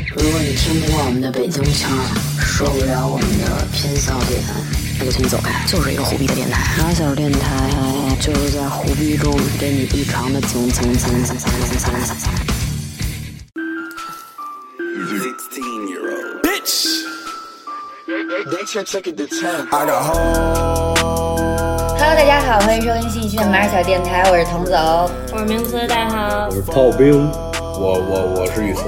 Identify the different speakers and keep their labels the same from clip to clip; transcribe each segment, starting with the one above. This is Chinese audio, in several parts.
Speaker 1: 听不惯我们的北京腔儿，受不了我们的偏笑点，我就请你走开。就是一个虎逼的电台，马小电台就是在虎逼中给你异常的蹭蹭蹭蹭蹭蹭蹭蹭蹭。
Speaker 2: Hello，大家好，欢迎收听新一期的马尔小电台，我是童总。
Speaker 3: 我是名字，大家好。
Speaker 4: 炮兵，
Speaker 5: 我我我是玉慈，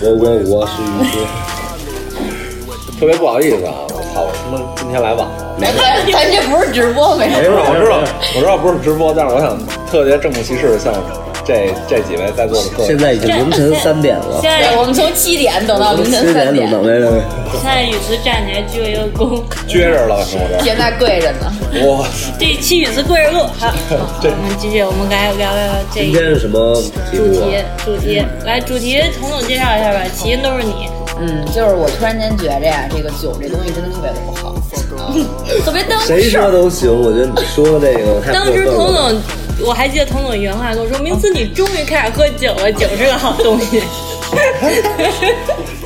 Speaker 4: 我我我是雨师，
Speaker 5: 特别不好意思啊，我操，我他妈今天来晚了。
Speaker 2: 咱咱这不是直播没
Speaker 5: 我知道，我知道，我知道不是直播，但是我想特别正不其事地向这这几位在座的各位
Speaker 4: 现在已经凌晨三点了，
Speaker 3: 现在
Speaker 2: 我们从七点等到凌
Speaker 4: 七
Speaker 2: 晨三
Speaker 4: 点
Speaker 2: 点
Speaker 4: 等，等没没没，
Speaker 3: 现在宇慈站起来鞠了一个躬。
Speaker 5: 撅着了，跟我这
Speaker 2: 现在跪着呢。
Speaker 5: 儿，我
Speaker 3: 这期宇慈跪着录。 好，好我们继续，我们来聊聊这
Speaker 4: 今
Speaker 3: 个
Speaker 4: 天是什么题
Speaker 3: 主
Speaker 4: 目啊？
Speaker 3: 题。主题，来主题，童总介绍一下吧。起因都 是你，
Speaker 2: 嗯，就是我突然间觉着呀，这个酒这东西真的特别的不好。
Speaker 3: 特别当
Speaker 4: 谁
Speaker 3: 时，
Speaker 4: 说都行，我觉得你说这个太
Speaker 3: 当
Speaker 4: 过分
Speaker 3: 时童
Speaker 4: 了。
Speaker 3: 总，我还记得童总原话跟我说：“名字，你终于开始喝酒了，酒是个好东 西。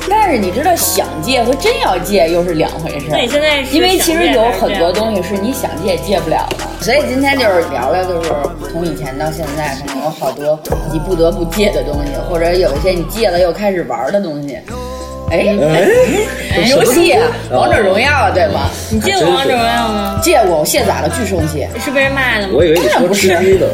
Speaker 2: 但是你知道，想戒和真要戒又是两回事”
Speaker 3: 那你
Speaker 2: 儿。
Speaker 3: 现在是
Speaker 2: 因为其实有很多
Speaker 3: 西，
Speaker 2: 东西是你想戒也戒不了的，所以今天就是聊聊，就是从以前到现在，可能有好多你不得不戒的东西，或者有一些你戒了又开始玩的东西。哎，
Speaker 4: 哎，
Speaker 2: 游戏啊，
Speaker 4: 什么
Speaker 2: 王者荣耀啊，对吗？
Speaker 3: 你见过王者荣耀吗？
Speaker 2: 借我，我卸载了，巨生气。
Speaker 3: 是被人骂的吗
Speaker 4: 我？以为你说吃鸡呢。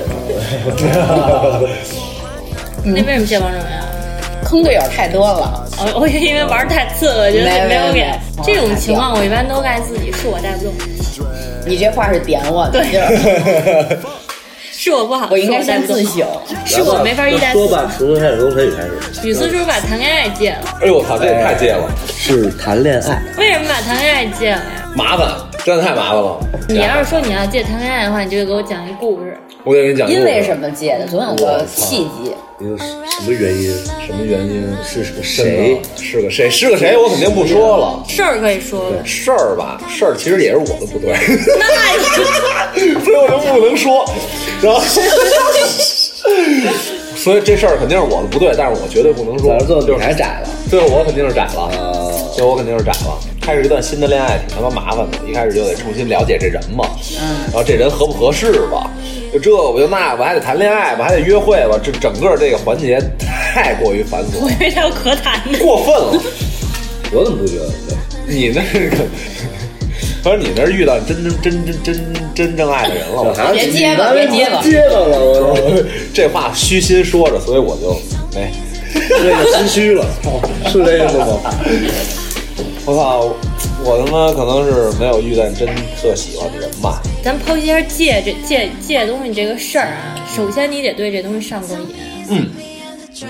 Speaker 3: 那为什么见王者荣耀？
Speaker 2: 坑队友太多了，
Speaker 3: 哦我我也因为玩太次了，觉得
Speaker 2: 没
Speaker 3: 没有
Speaker 2: 没
Speaker 3: 给
Speaker 2: 没
Speaker 3: 这种情况，我一般都赖自己，是我带不动，
Speaker 2: 你这话是点我的，就是
Speaker 3: 是我不好，
Speaker 2: 我应该
Speaker 3: 是带
Speaker 2: 先
Speaker 3: 不动
Speaker 2: 自， 省。
Speaker 3: 是我没法一带
Speaker 4: 说
Speaker 3: 四。
Speaker 4: 吧，从开始，从开始开始，
Speaker 3: 雨思是不是把谈恋爱戒了？
Speaker 5: 哎呦我操，这也太戒了，
Speaker 4: 是谈恋爱。
Speaker 3: 为什么把谈恋爱戒了呀？
Speaker 5: 麻烦，真的太麻烦了。
Speaker 3: 你要是说你要戒谈恋爱的话，你就给我讲一故事。
Speaker 5: 我给你讲一个
Speaker 2: 因
Speaker 5: 故事，
Speaker 2: 为什么戒的？总有个契机。
Speaker 4: 你有什么原因？
Speaker 5: 什么原因？
Speaker 4: 是个
Speaker 5: 真的
Speaker 4: 谁？
Speaker 5: 是个谁？是个谁？我肯定不说了。
Speaker 3: 事儿可以说了，
Speaker 5: 事儿吧，事儿其实也是我的不对，
Speaker 3: 那你
Speaker 5: 所以我就不能说。 然后，所以这事儿肯定是我的不对，但是我绝对不能说。
Speaker 4: 咱做
Speaker 5: 就
Speaker 4: 你
Speaker 5: 是
Speaker 4: 还窄了。
Speaker 5: 对，我肯定是窄了，
Speaker 4: 呃，
Speaker 5: 对，我肯定是窄了。开始一段新的恋爱挺他妈麻烦的，一开始就得重新了解这人嘛，然后这人合不合适吧，就这我就那我还得谈恋爱吧，还得约会吧，这整个这个环节太过于繁
Speaker 3: 我
Speaker 5: 琐，
Speaker 3: 以为他有可谈呢。
Speaker 5: 过分了。
Speaker 4: 我怎么不觉得？
Speaker 5: 你那是个，反正你那是遇到真真真真真真正爱的人了。
Speaker 4: 孩子
Speaker 2: 别结巴别结巴
Speaker 4: 结巴了，我操
Speaker 5: 这话虚心说着，所以我就哎没。
Speaker 4: 这个心虚 了，是这意思吗？
Speaker 5: 我操，我他妈可能是没有遇到真特喜欢的人吧。
Speaker 3: 咱剖析一下戒这戒戒东西这个事儿啊，首先你得对这东西上过瘾，
Speaker 5: 嗯，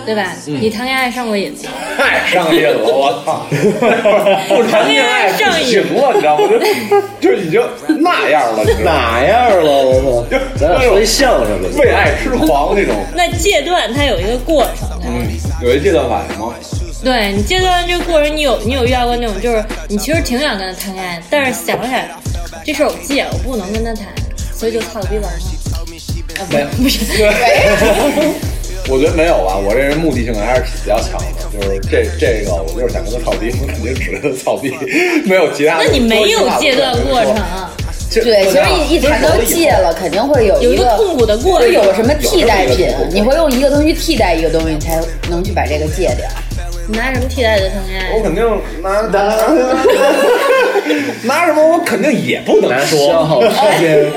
Speaker 3: 对吧？你谈恋爱上过瘾吗？
Speaker 5: 太上瘾了，我 操！不
Speaker 3: 谈恋爱不行
Speaker 5: 了，你知道吗？就就已经那样了，你知 道吗？
Speaker 4: 哪样了？我操！咱俩说一相声吧。
Speaker 5: 为爱痴狂那种。
Speaker 3: 那戒断它有一个过程的，
Speaker 5: 嗯，有一阶段反应吗？
Speaker 3: 对你戒断这个过程，你有你有遇到过那种，就是你其实挺想跟他谈恋爱，但是想想这事儿我戒，我不能跟他谈，所以就操了逼玩儿。
Speaker 5: 没，我觉得没有吧，我这人目的性还是比较强的，就是这这个，我就是想跟他操逼，我肯定只跟他操逼，没有其他
Speaker 3: 那
Speaker 5: 的。
Speaker 3: 你没有戒断过程
Speaker 5: 说
Speaker 3: 啊，
Speaker 5: 其实
Speaker 2: 对，
Speaker 5: 我
Speaker 2: 其
Speaker 5: 知
Speaker 2: 实一一谈
Speaker 5: 道
Speaker 2: 到戒了，肯定会有
Speaker 3: 有一
Speaker 2: 一
Speaker 3: 个痛苦的过程
Speaker 2: 会。有什么替代
Speaker 5: 有
Speaker 2: 品
Speaker 5: 有有有有？
Speaker 2: 你会用一个东西替代一个东西，才能去把这个戒掉。
Speaker 3: 你拿什么替代的啊谈恋爱？
Speaker 5: 我肯定拿拿拿什么，我肯定也不能
Speaker 4: 拿消
Speaker 5: 说。
Speaker 4: 耗时间，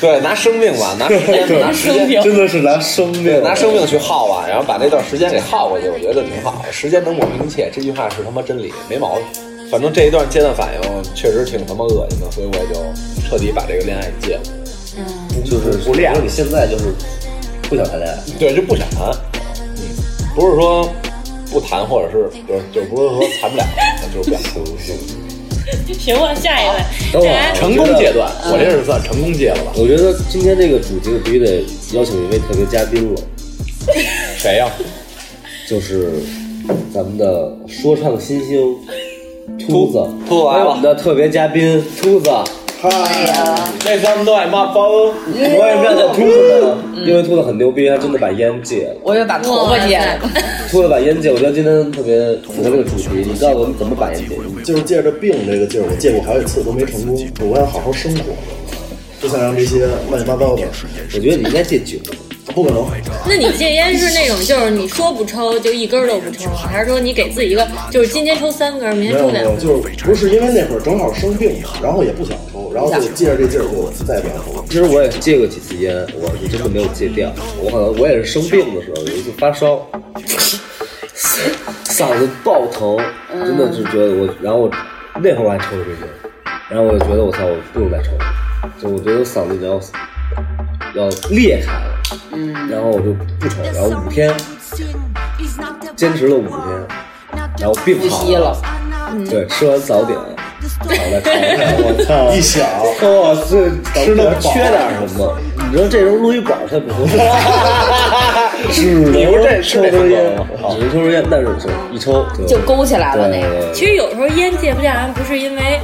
Speaker 5: 对，拿生命吧，拿时间，拿时间。
Speaker 4: 真的是拿生命
Speaker 5: 拿生命去耗吧，然后把那段时间给耗过去，我觉得挺好。时间能抹平一切，这句话是他妈真理，没毛病。反正这一段阶段反应确实挺他妈恶心的，所以我也就彻底把这个恋爱给戒了。
Speaker 4: 就是不练。你现在就是不想谈恋爱，
Speaker 5: 对，就不想谈，嗯，不是说不谈，或者是就就不是说谈不了，就是不想谈。
Speaker 3: 行吧，下一位，
Speaker 4: 等会
Speaker 3: 再
Speaker 4: 儿
Speaker 3: 来
Speaker 4: 啊。
Speaker 5: 成功阶段，我这是算成功戒了吧？
Speaker 4: 我觉得今天这个主题我必须得邀请一位特别嘉宾了，
Speaker 5: 谁呀、
Speaker 4: 就是咱们的说唱新星秃子，
Speaker 5: 秃秃子来了
Speaker 4: 还有我们的特别嘉宾秃子。那咱们都爱骂包，我也让那秃子呢，因为秃子很牛逼，他真的把烟戒了。
Speaker 2: 我又把头发剪了，
Speaker 4: 秃子把烟戒，我觉得今天特别符合这个主题。你告诉我们怎么把烟戒？
Speaker 6: 就是借着病这个劲儿，我戒过好几次都没成功，我要好好生活，不想让这些乱七八糟的，
Speaker 4: 我觉得你应该戒酒，
Speaker 6: 不可能。
Speaker 3: 那你戒烟是那种就是你说不抽就一根儿都不抽啊，还是说你给自己一个就是今天抽三根儿，明天
Speaker 6: 没有
Speaker 3: 抽
Speaker 6: 没
Speaker 3: 两
Speaker 6: 有，
Speaker 3: 根儿？
Speaker 6: 就是不是因为那会儿正好生病了，然后也不想抽，然后就借着这劲儿，我再也不想抽了。
Speaker 4: 其实我也戒过几次烟，我是真的没有戒掉。我好像我也是生病的时候，有一次发烧， 嗓子爆疼，真的是觉得我，然后我那会儿我还抽了根烟，然后我就觉得我操，我不能再抽了，就我觉得我嗓子已经要要裂开了，然后我就不抽，然后五天坚持了五天，然后病好
Speaker 2: 呼吸了，
Speaker 4: 对，吃完早点躺在床上，我 操，
Speaker 6: 一想，
Speaker 4: 哦，这吃的缺点什么？你说这时候录一宝才不错，只能抽根烟，只能抽根烟，但是一抽
Speaker 2: 就勾起来了那个。
Speaker 4: 个
Speaker 3: 其实有时候烟戒不下来，不是因为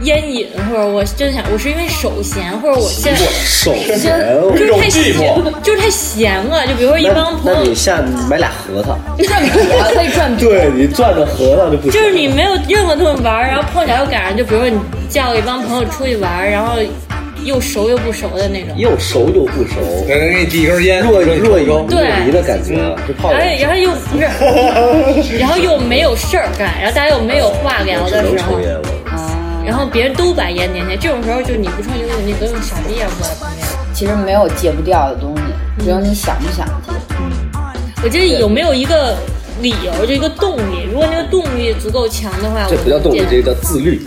Speaker 3: 烟瘾，或者我真想，我是因为手闲，或者我现在
Speaker 4: 手闲。
Speaker 3: 就是太闲，就是太闲了。就比如说一帮朋
Speaker 4: 那
Speaker 3: 友
Speaker 4: 你，下买俩核桃，
Speaker 2: 赚钱可以赚钱，
Speaker 4: 对你攥着核桃就不
Speaker 3: 就是你没有任何东西玩儿，然后碰巧又赶上，就比如说你叫一帮朋友出去玩儿，然后又熟又不熟的那种。
Speaker 4: 又熟又不熟，
Speaker 7: 给人给你递一根烟，说
Speaker 4: 若隐
Speaker 7: 你
Speaker 4: 若隐
Speaker 7: 抽
Speaker 4: 若
Speaker 7: 抽
Speaker 4: 离的感觉，就泡
Speaker 3: 然后，然后又不 是，然后又没有事儿干，然后大家又没有话聊
Speaker 4: 只
Speaker 3: 的
Speaker 4: 能
Speaker 3: 时候
Speaker 4: 抽，烟了。
Speaker 3: 然后别人都把烟点起来，这种时候就你不抽你就你跟个傻逼一样坐在旁边。
Speaker 2: 其实没有戒不掉的东西，只有你想不想戒。
Speaker 3: 我觉得有没有一个理由，就一个动力？如果那个动力足够强的话，
Speaker 4: 这不叫动力，这个叫自律。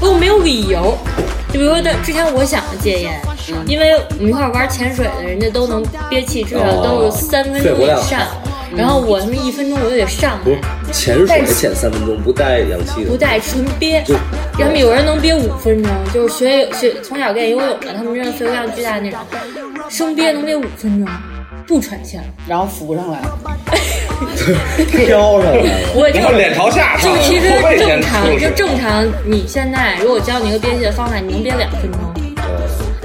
Speaker 3: 我没有理由。就比如说，但之前我想戒烟，因为我们一块儿玩潜水的，人家都能憋气，至少
Speaker 4: 哦
Speaker 3: 都是三分钟以上。然后我他妈一分钟我就得上
Speaker 4: 不
Speaker 3: 来
Speaker 4: 是，潜水潜三分钟不带氧气的，
Speaker 3: 不带纯憋
Speaker 4: 就。
Speaker 3: 他们有人能憋五分钟，就是学学从小练游泳的，他们真的肺活量巨大那种，生憋能憋五分钟，不喘气儿。
Speaker 2: 然后浮上来，
Speaker 4: 飘上来了。
Speaker 3: 我就
Speaker 7: 然后脸朝下
Speaker 3: 就
Speaker 7: 上，
Speaker 3: 其实
Speaker 7: 后背先
Speaker 3: 正
Speaker 7: 出
Speaker 3: 常，
Speaker 7: 去
Speaker 3: 就正常。你现在如果教你一个憋气的方法，你能憋两分钟，
Speaker 4: 呃，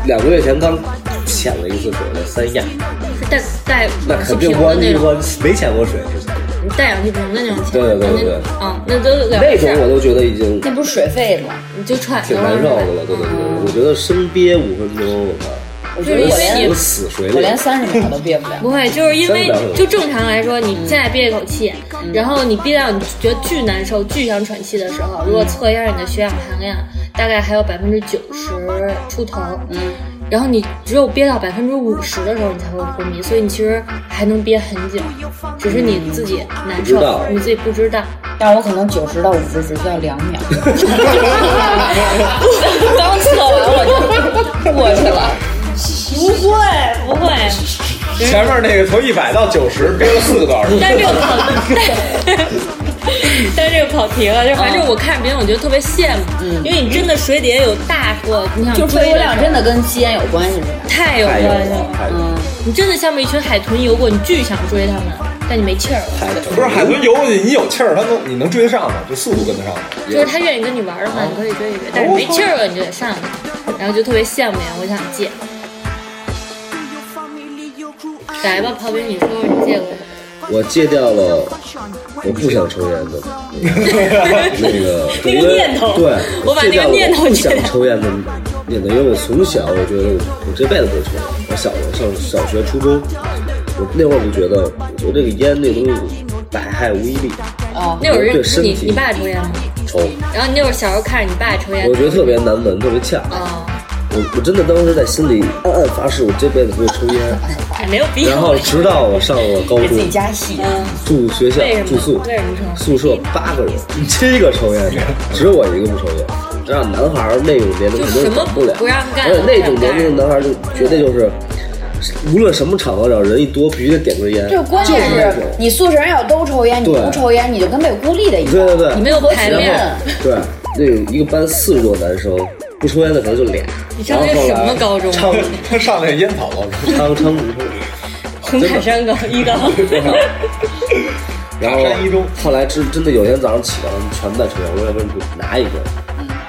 Speaker 4: 两个月前刚潜了一次水，在三亚，
Speaker 3: 是带带
Speaker 4: 那
Speaker 3: 氧气
Speaker 4: 肯
Speaker 3: 瓶
Speaker 4: 定
Speaker 3: 的
Speaker 4: 我
Speaker 3: 那种，
Speaker 4: 我没潜过水之前，
Speaker 3: 带氧气瓶的那种。
Speaker 4: 对对对对对
Speaker 3: 嗯，那都两
Speaker 4: 那
Speaker 3: 回
Speaker 4: 种
Speaker 3: 事
Speaker 4: 我
Speaker 3: 儿，
Speaker 4: 都觉得已经
Speaker 3: 嗯
Speaker 2: 那不是水费吗？
Speaker 3: 你就喘
Speaker 4: 挺
Speaker 3: 着
Speaker 4: 难
Speaker 3: 了。
Speaker 4: 受的了。对对
Speaker 3: 嗯
Speaker 4: 对，我觉得生憋五分钟，我
Speaker 2: 我
Speaker 4: 靠，
Speaker 2: 觉得我连
Speaker 4: 我死水
Speaker 2: 我
Speaker 4: 里
Speaker 2: 连。三十秒都憋不了。
Speaker 3: 不会，就是因为
Speaker 4: 真的嗯
Speaker 3: 就正常来说，你现在憋一口气，然后你憋到你觉得巨难受、巨想喘气的时候，
Speaker 4: 嗯
Speaker 3: 如果测一下你的血氧含量，大概还有百分之九十出头，嗯，然后你只有憋到百分之五十的时候，你才会昏迷，所以你其实还能憋很久，只是你自己难
Speaker 4: 不知
Speaker 3: 受
Speaker 4: 道，
Speaker 3: 你自己不知道。
Speaker 2: 但是我可能九十到五十只需要两秒。刚测完我就过去了，
Speaker 3: 不会，哎不会，
Speaker 7: 前面那个从一百到九十憋了四个多小时。
Speaker 3: 但是这个跑，但但是这个跑题了，就反正我看着别人，我觉得特别羡慕，因为你真的水底下有大货，你想
Speaker 2: 就
Speaker 3: 追
Speaker 2: 肺活
Speaker 3: 着
Speaker 2: 量真的跟吸烟有关系是吧？
Speaker 3: 太有
Speaker 4: 太有
Speaker 3: 关系
Speaker 4: 了，
Speaker 3: 了。
Speaker 4: 太有了，
Speaker 3: 你真的像被一群海豚游过，你巨想追他们，但你没气儿了。
Speaker 4: 太有了！
Speaker 7: 不是海豚游过去，你有气儿，它能你能追得上吗？就速度跟得上 吗？
Speaker 3: 就是他愿意跟你玩的话，你可以追一追，但是没气儿了你就得上去，然后就特别羡慕呀，我想戒。来吧，刨冰，你说说你戒过什么？
Speaker 4: 我戒掉了，我不想抽烟 的那个
Speaker 3: 那个念头
Speaker 4: 对，
Speaker 3: 我把那个
Speaker 4: 戒掉了
Speaker 3: 念头
Speaker 4: 我不
Speaker 3: 戒掉
Speaker 4: 想抽烟的念头，因为我从小我觉得我我这辈子不会抽烟。我小时候上小学、初中，我那会儿就觉得，我觉得这个烟这个东西百害无一利，
Speaker 2: 哦，
Speaker 3: 那会儿
Speaker 4: 对
Speaker 3: 是
Speaker 4: 身
Speaker 3: 你
Speaker 4: 体
Speaker 3: 你爸抽烟吗？
Speaker 4: 抽，
Speaker 3: 然后你那会儿小时候看着你爸抽烟，
Speaker 4: 我觉得特别难闻，特别呛。
Speaker 3: 哦，
Speaker 4: 我我真的当时在心里暗暗发誓，我这辈子不会抽烟。
Speaker 3: 哎没有必要。
Speaker 4: 然后直到我上了高
Speaker 2: 自
Speaker 4: 中
Speaker 2: 己，加戏，
Speaker 4: 住学校
Speaker 3: 为什么
Speaker 4: 住宿
Speaker 3: 为什么，
Speaker 4: 宿舍八个人，七个抽烟的，只有我一个不抽烟。让男孩儿那种年龄肯定等了，
Speaker 3: 就什么不让干嗯
Speaker 4: 而且那种年龄的男孩儿就绝对就是，无论什么场合，只要人一多，必须得点根烟。
Speaker 2: 就关键
Speaker 4: 就是那
Speaker 2: 是
Speaker 4: 种
Speaker 2: 你宿舍人要都抽烟，你
Speaker 4: 对
Speaker 2: 不抽烟，你就跟被孤立的一
Speaker 4: 对
Speaker 2: 样。
Speaker 4: 对对，
Speaker 3: 你没有排
Speaker 4: 然
Speaker 3: 练，
Speaker 4: 后对，那种一个班四十多男生，不抽烟的可能就俩。
Speaker 3: 你上的是什么高中？
Speaker 4: 唱
Speaker 7: 它上那烟草高中，
Speaker 4: 唱唱不抽。
Speaker 3: 红塔山高一高。
Speaker 4: 啊 然后
Speaker 7: 塔山一中
Speaker 4: 后来真真的有一天早上起来，他们全部在抽烟，我也问你拿一根，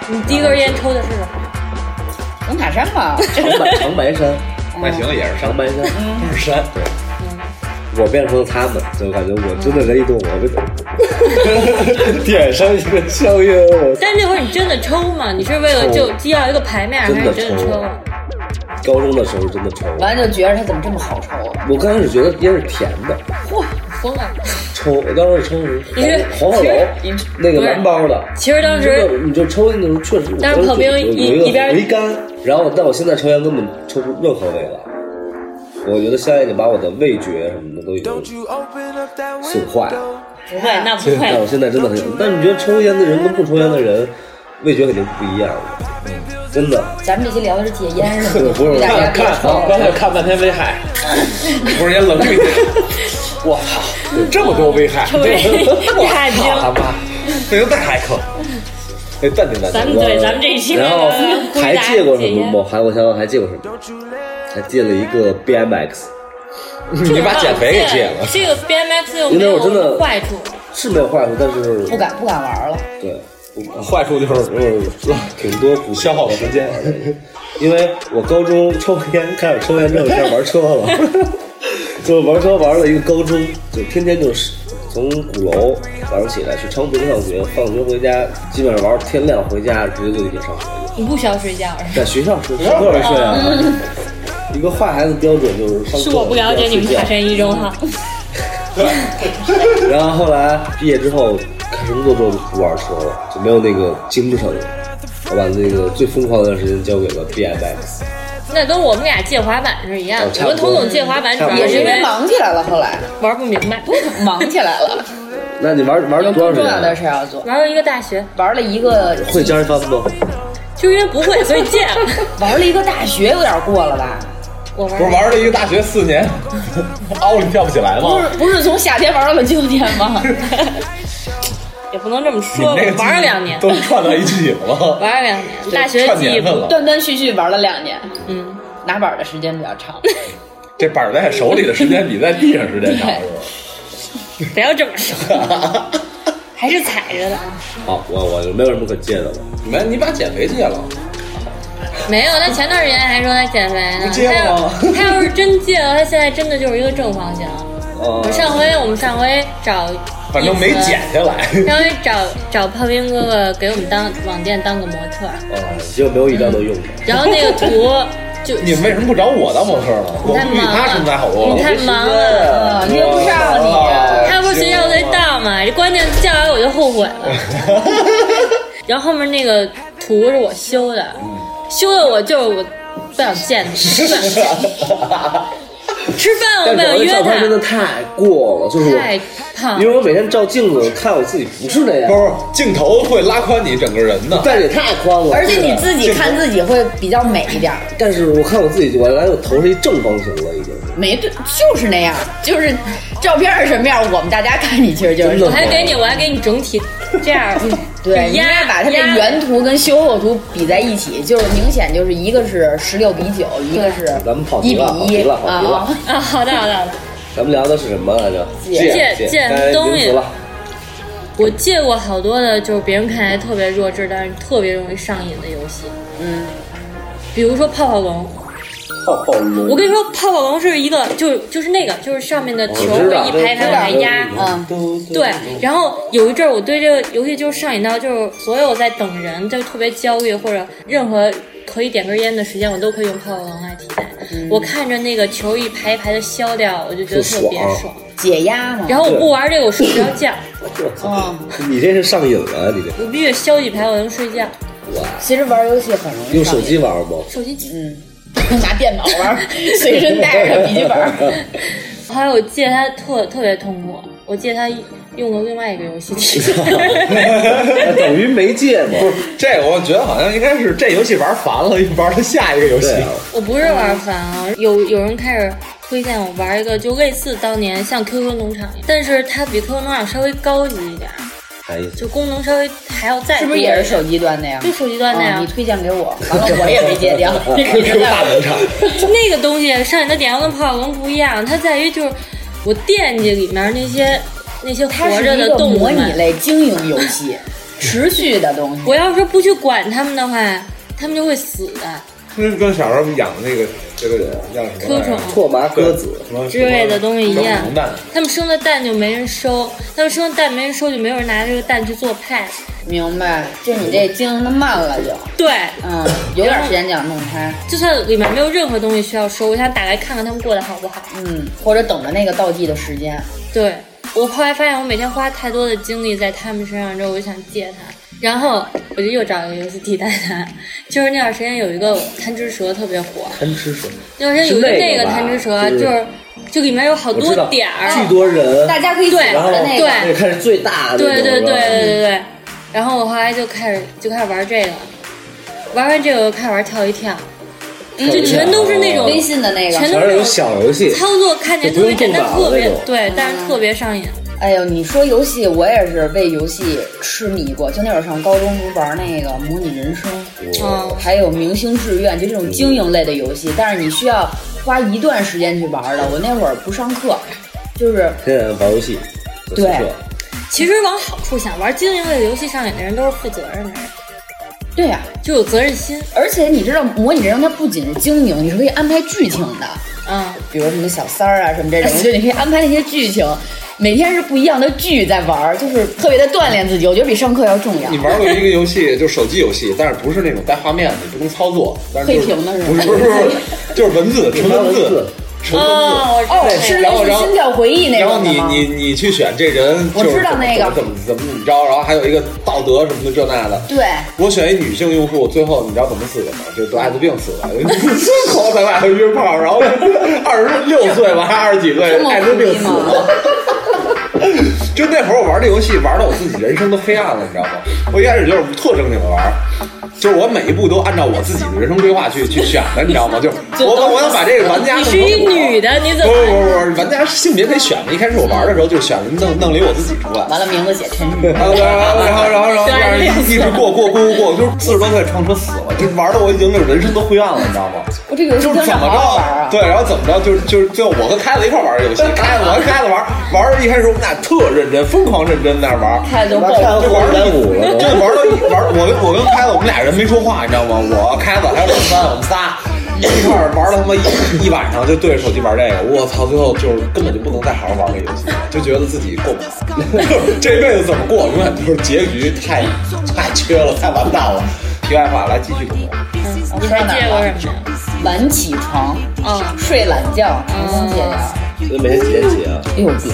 Speaker 3: 你第一根烟抽的是什么？
Speaker 2: 红塔山嘛，
Speaker 4: 长白长白山，
Speaker 7: 那行也是山
Speaker 4: 长，白山。
Speaker 7: 都是山，对，
Speaker 4: 我变成了他们，就感觉我真的人一动，我被点上一个相约我
Speaker 3: 但那会儿你真的抽吗？你是为了就既要一个牌面，还
Speaker 4: 真
Speaker 3: 是
Speaker 4: 的
Speaker 3: 真的
Speaker 4: 抽
Speaker 3: 抽？。啊
Speaker 4: 高中的时候真的抽，
Speaker 2: 完了就觉得他怎么这么好抽啊？
Speaker 4: 我刚开始觉得烟是甜的，
Speaker 3: 嚯，疯了！
Speaker 4: 抽我当时抽
Speaker 3: 你是
Speaker 4: 黄鹤楼
Speaker 2: 其实
Speaker 4: 那个蓝包的。
Speaker 3: 其实当
Speaker 4: 真
Speaker 3: 时
Speaker 4: 的你就抽那种确实，
Speaker 3: 但是
Speaker 4: 我
Speaker 3: 跑
Speaker 4: 觉
Speaker 3: 冰
Speaker 4: 得有
Speaker 3: 一
Speaker 4: 有个
Speaker 3: 一边
Speaker 4: 回甘，然后但我现在抽烟根本抽不出任何味来，我觉得现在已经把我的味觉什么的都已经
Speaker 5: Don't you open up that
Speaker 4: 损坏
Speaker 5: window?
Speaker 4: 了。
Speaker 3: 不会，那不
Speaker 4: 但
Speaker 3: 会
Speaker 4: 我。现在真的很想，但你觉得抽烟的人跟不抽烟的人，味觉肯定不一样的，
Speaker 3: 嗯
Speaker 4: 真的。
Speaker 2: 咱们这期聊的是戒烟是吗？
Speaker 4: 不是啊
Speaker 2: 大家
Speaker 7: 看
Speaker 2: 别
Speaker 7: 看啊
Speaker 2: 抽
Speaker 7: 刚才看半天危 害，不是也冷静一点，我操，这么多危害，
Speaker 3: 抽这 太精
Speaker 7: 操他妈，那就再开一口，
Speaker 4: 哎，淡定淡定。
Speaker 3: 咱们对咱们这一期
Speaker 4: 然后
Speaker 3: 那个
Speaker 4: 还借过什
Speaker 3: 回答戒烟
Speaker 4: 么？我还我想想还借过什么？还借了一个 BMX，
Speaker 7: 你把减肥给戒了。
Speaker 3: 这个 BMX 又
Speaker 4: 因
Speaker 3: 没
Speaker 4: 为
Speaker 3: 有
Speaker 4: 我真的
Speaker 3: 坏处，
Speaker 4: 是没有坏处，但是
Speaker 2: 不敢不敢玩了，
Speaker 4: 对，
Speaker 7: 坏处就是
Speaker 4: 就是挺多不
Speaker 7: 消耗时间，
Speaker 4: 因为我高中抽烟，开始抽烟之后开始玩车了，就玩车玩了一个高中，就天天就是从鼓楼早上起来去昌平上学，放学回家基本上玩到天亮回家，直接就已经上学了。
Speaker 3: 你不需要睡觉。
Speaker 4: 在学校睡，上课睡啊。一个坏孩子标准就是上课
Speaker 3: 是我不了解你们
Speaker 4: 要
Speaker 3: 塔
Speaker 4: 睡
Speaker 3: 山一中 哈，
Speaker 4: 觉。然后后来毕业之后开始工作之后就不玩车了，就没有那个精神了。我把那个最疯狂的时间交给了 BMX，
Speaker 3: 那跟我们俩借滑板是一样
Speaker 4: 哦。
Speaker 3: 我
Speaker 4: 差不
Speaker 3: 跟
Speaker 4: 多
Speaker 3: 童总借滑板主要
Speaker 4: 差不多
Speaker 2: 也
Speaker 3: 是
Speaker 2: 是
Speaker 3: 因
Speaker 2: 因为
Speaker 3: 为
Speaker 2: 忙起来了，后来
Speaker 3: 玩不明白，
Speaker 2: 忙 起来 了，
Speaker 4: 那你玩玩
Speaker 2: 有
Speaker 4: 了
Speaker 2: 更
Speaker 4: 多长时
Speaker 2: 重要的
Speaker 4: 间
Speaker 2: 事？要做。
Speaker 3: 玩到一个大学，
Speaker 2: 玩了一个，
Speaker 4: 会加翻吗？
Speaker 3: 就是因为不会所以借了。
Speaker 2: 玩了一个大学，有点过了吧？
Speaker 3: 我玩
Speaker 7: 不是玩了一个大学四年，奥利跳不起来
Speaker 2: 不
Speaker 7: 吗？
Speaker 2: 是不是从夏天玩到了秋天吗？
Speaker 3: 也不能这么
Speaker 7: 你
Speaker 3: 说，
Speaker 7: 们那个记
Speaker 3: 我
Speaker 7: 忆
Speaker 3: 玩了两年，
Speaker 7: 都串到一起了吗？
Speaker 3: 玩了两年， 大学
Speaker 7: 串
Speaker 3: 记忆
Speaker 7: 年份
Speaker 3: 不
Speaker 7: 了，
Speaker 2: 断断续续玩了两年，
Speaker 3: 嗯，
Speaker 2: 拿板的时间比较长。
Speaker 7: 这板儿在手里的时间比在地上时间长是吧？
Speaker 3: 不要这么 说，还是踩着的啊。
Speaker 4: 好，我我就没有什么可借的了。
Speaker 7: 你们你把减肥戒了，
Speaker 3: 没有，他前段时间还说他减肥呢。
Speaker 7: 你戒了吗
Speaker 3: 他要 他要是真戒了，他现在真的就是一个正方形。
Speaker 4: 哦
Speaker 3: 我上回我们上回找一次，
Speaker 7: 反正没减下来。
Speaker 3: 上回找找炮兵哥哥给我们当网店当个模特儿，
Speaker 4: 哦，结果没有一张都用上。
Speaker 3: 然后那个图就
Speaker 7: 你们为哦什么不找我当模特呢？我
Speaker 3: 太
Speaker 7: 不比
Speaker 3: 忙
Speaker 7: 他身材好多
Speaker 3: 了，
Speaker 5: 啊
Speaker 3: 你太忙了。啊
Speaker 2: 嗯，盯不上
Speaker 7: 哦
Speaker 2: 你，
Speaker 3: 他不是学校队到嘛？这关键叫来我就后 悔了。然后后面那个图是我修的，修的我就是我不想见他，吃 饭吃饭我
Speaker 4: 但
Speaker 3: 不想
Speaker 4: 是我那
Speaker 3: 约
Speaker 4: 照片真的
Speaker 3: 他，
Speaker 4: 太过了，就是
Speaker 3: 太
Speaker 4: 我，
Speaker 3: 胖
Speaker 4: 因。为我每天照镜子看我自己不是那样
Speaker 7: 不，是镜头会拉宽你整个人的。
Speaker 4: 但是也太宽了。
Speaker 2: 而且你自己看自己会比较美一点，
Speaker 4: 但是我看我自己，我原来我头是一正方形了，已经是。
Speaker 2: 没对，就是那样，就是照片是什么样，我们大家看你其实就是
Speaker 4: 真的
Speaker 3: 我还给你，我还给你整体这样，
Speaker 2: 对，
Speaker 3: 比
Speaker 2: 应该
Speaker 3: 压
Speaker 2: 把它这
Speaker 3: 压
Speaker 2: 原图跟修后图比在一起，就是明显就是一个是十六比九，一个是
Speaker 4: 咱们跑
Speaker 2: 一
Speaker 4: 题了，跑
Speaker 2: 比
Speaker 4: 题
Speaker 2: 一
Speaker 4: 了，跑题
Speaker 2: 啊
Speaker 4: 了。。
Speaker 3: 啊，好的好的好的，
Speaker 4: 咱们聊的是什么来着？
Speaker 2: 戒
Speaker 4: 戒
Speaker 3: 戒
Speaker 4: 该
Speaker 3: 东
Speaker 4: 民
Speaker 3: 西
Speaker 4: 俗了。
Speaker 3: 我借过好多的，就是别人看起来特别弱智，但是特别容易上瘾的游戏，
Speaker 2: 嗯，
Speaker 3: 比如说泡泡龙。
Speaker 4: 泡泡龙，
Speaker 3: 我跟你说，泡泡龙是一个，就是就是那个，就是上面的球
Speaker 4: 我
Speaker 3: 会
Speaker 4: 哦知道
Speaker 3: 一排一排往下压，
Speaker 2: 嗯
Speaker 3: 对。然后有一阵儿，我对这个游戏就是上瘾到，就是所有在等人就特别焦虑，或者任何可以点根烟的时间，我都可以用泡泡龙来替代。
Speaker 4: 嗯
Speaker 3: 我看着那个球一排一排的消掉，我就觉得特别
Speaker 4: 就爽
Speaker 3: 爽。
Speaker 2: 解压嘛。
Speaker 3: 然后我不玩这个，我睡不着觉，
Speaker 2: 嗯，
Speaker 4: 你这是上瘾了，你这
Speaker 3: 我必须消几排我能睡觉。
Speaker 4: 哇！
Speaker 2: 其实玩游戏很容易
Speaker 4: 用
Speaker 2: 上
Speaker 4: 手
Speaker 2: 瘾
Speaker 4: 机玩吗？
Speaker 3: 手机，
Speaker 4: 嗯
Speaker 2: 拿电脑玩，随身带着笔记 本。
Speaker 3: 还有借他特特别痛苦，我借他用过另外一个游 戏替代。
Speaker 4: 那等于没戒嘛？
Speaker 7: 这个我觉得好像应该是这游戏玩烦了，玩到下一个游戏。
Speaker 4: 对啊，
Speaker 3: 我不是玩烦啊，有有人开始推荐我玩一个，就类似当年像 QQ 农场，但是它比 QQ 农场稍微高级一点，
Speaker 4: 啥意思？
Speaker 3: 就功能稍微还要再
Speaker 2: 是
Speaker 3: 多
Speaker 2: 不是也是手机端的呀？
Speaker 3: 就手机端的
Speaker 2: 嗯
Speaker 3: 呀
Speaker 2: 你？推荐给我，完了我也没戒 掉。
Speaker 7: QQ 大农场，
Speaker 3: 那个东西上瘾的点要跟泡泡龙不一样，它在于就是我惦记里面那些那些
Speaker 2: 它
Speaker 3: 活
Speaker 2: 是
Speaker 3: 着
Speaker 2: 一
Speaker 3: 的
Speaker 2: 个
Speaker 3: 动物
Speaker 2: 模拟
Speaker 3: 们，
Speaker 2: 类经营游戏，持续的东西。
Speaker 3: 我要是不去管它们的话，它们就会死的。
Speaker 5: 跟跟小时候我们养的那个这个叫什么
Speaker 3: 蛆
Speaker 5: 来着？
Speaker 3: 虫
Speaker 4: 拓麻鸽子，
Speaker 5: 什么
Speaker 3: 之类的东西一样
Speaker 5: 什么蛋，
Speaker 3: 他们生的蛋就没人收，他们生的蛋没人收，就没有人拿这个蛋去做菜。
Speaker 2: 明白，就你这经营的慢了就，
Speaker 3: 对，
Speaker 2: 嗯，有点时间就想弄开，
Speaker 3: 就算里面没有任何东西需要收，我想打开看看他们过得好不好。
Speaker 2: 嗯，或者等着那个倒计的时间，
Speaker 3: 对我后来发现，我每天花太多的精力在他们身上之后，我就想戒它。然后我就又找一个游戏替代它，就是那段时间有一个贪吃蛇特别火，
Speaker 4: 贪吃蛇，
Speaker 3: 那段时间有一
Speaker 4: 是那
Speaker 3: 那
Speaker 4: 个
Speaker 3: 个
Speaker 4: 吧
Speaker 3: 贪吃蛇，
Speaker 4: 就
Speaker 3: 就是是就里面有好
Speaker 4: 我知
Speaker 3: 多
Speaker 4: 道，
Speaker 3: 点儿，
Speaker 4: 巨多人，
Speaker 2: 大家可以组
Speaker 3: 对
Speaker 2: 合的那个，
Speaker 3: 对
Speaker 4: 那看是最大的
Speaker 3: 对
Speaker 4: 那种，
Speaker 3: 对对对
Speaker 4: 是吧嗯
Speaker 3: 对对。然后我后来就开始就开始玩这个，玩完这个我就开始玩跳一跳，嗯就全都是那种
Speaker 2: 微信的那
Speaker 3: 全
Speaker 2: 个。
Speaker 3: 都
Speaker 4: 全是
Speaker 3: 是
Speaker 4: 那种小游戏，
Speaker 3: 操作看起来特别简单，
Speaker 4: 就不用动脑
Speaker 3: 特别
Speaker 4: 那种
Speaker 3: 对，但是特别上瘾。
Speaker 2: 哎呦，你说游戏，我也是为游戏痴迷过。就那会儿上高中不是玩那个模拟人生，
Speaker 3: 嗯，
Speaker 2: 还有明星志愿，就这种经营类的游戏，但是你需要花一段时间去玩的。我那会儿不上课，就是
Speaker 4: 现在嗯玩游戏，有宿舍
Speaker 2: 对
Speaker 3: 其实往好处想，玩经营类游戏上瘾的人都是负责任的人，
Speaker 2: 对呀、
Speaker 3: 就有责任心。
Speaker 2: 而且你知道模拟人生它不仅是经营，你是可以安排剧情的，
Speaker 3: 嗯，
Speaker 2: 比如什么小三儿啊什么 这种，就你可以安排那些剧情，每天是不一样的剧在玩儿，就是特别的锻炼自己，我觉得比上课要重要
Speaker 5: 你。玩过一个游戏，就是手机游戏，但是不是那种带画面的，你不能操作，但是、就
Speaker 2: 黑
Speaker 5: 是、
Speaker 2: 屏的是吗
Speaker 5: 不是不是不是，就是文字，纯文
Speaker 4: 文字
Speaker 5: 字，纯文字。
Speaker 3: 哦，我知道
Speaker 2: 哦，
Speaker 3: 那
Speaker 2: 是
Speaker 3: 个。
Speaker 2: 类
Speaker 5: 然后
Speaker 2: 似
Speaker 5: 然后
Speaker 2: 心跳回忆那
Speaker 5: 然后
Speaker 2: 种的
Speaker 5: 你
Speaker 2: 吗？
Speaker 5: 你你去选这人，
Speaker 2: 我
Speaker 5: 就是
Speaker 2: 知道
Speaker 5: 怎么
Speaker 2: 那个
Speaker 5: 怎么怎么怎么着，然后还有一个道德什么的这那的。
Speaker 2: 对，
Speaker 5: 我选一女性用户，最后你知道怎么死的吗？就得艾滋病死的，口在外头约炮，然后二十六岁吧，还二十几岁
Speaker 2: 这么
Speaker 5: 艾滋病
Speaker 2: 苦
Speaker 5: 死
Speaker 2: 逼吗
Speaker 5: 了。就那会儿我玩这游戏，玩的我自己人生都黑暗了，你知道吗？我一开始就是特正经的玩，就是我每一步都按照我自己的人生规划去去选的，你知道吗？就是我我我要把这个玩家
Speaker 3: 你是
Speaker 5: 弄成
Speaker 3: 一
Speaker 5: 我
Speaker 3: 女的， 你怎
Speaker 5: 不
Speaker 3: 么
Speaker 5: 是？不是不是，玩家性别得选的。一开始我玩的时候就选了弄弄了一我自己之外，
Speaker 2: 完了名字写全是
Speaker 5: 然后然后然后然 后然后一直过过过过，就是四十多岁撞车死了，就玩的我已经就是人生都灰暗了，你知道吗？
Speaker 2: 我这个游戏
Speaker 5: 就
Speaker 2: 经
Speaker 5: 是怎
Speaker 2: 常
Speaker 5: 么
Speaker 2: 好好玩儿
Speaker 5: 着，
Speaker 2: 啊。
Speaker 5: 对，然后怎么着，就是就是最后我和开子一块玩这游 戏，开子我跟开子玩玩，一开始我们俩特认真，疯狂认真在那玩。
Speaker 2: 态度
Speaker 4: 玩
Speaker 2: 爆
Speaker 4: 看
Speaker 5: 就
Speaker 4: 火
Speaker 5: 玩
Speaker 4: 影
Speaker 5: 到
Speaker 4: 忍五了
Speaker 5: 就
Speaker 4: 都，
Speaker 5: 玩到一玩，我跟我跟开子我们俩人没说话，你知道吗？我开子还有老三，我们仨一块儿玩了他妈一一晚上，就对着手机玩这个，我操！最后就是根本就不能再好好玩这游戏了，就觉得自己过不 好，就是这辈子怎么过，永远都是结局太太缺了，太完蛋了。题外话，来继续跟我。
Speaker 2: 你
Speaker 3: 还
Speaker 2: 玩哪
Speaker 3: 借
Speaker 2: 儿
Speaker 3: 过
Speaker 2: 玩
Speaker 3: 什
Speaker 2: 儿？
Speaker 3: 么呀？
Speaker 2: 晚起床，
Speaker 3: 啊，
Speaker 2: 睡懒觉，重新戒掉。
Speaker 4: 所以每天几点起
Speaker 3: 嗯
Speaker 4: 啊？哎
Speaker 2: 哎呦我天！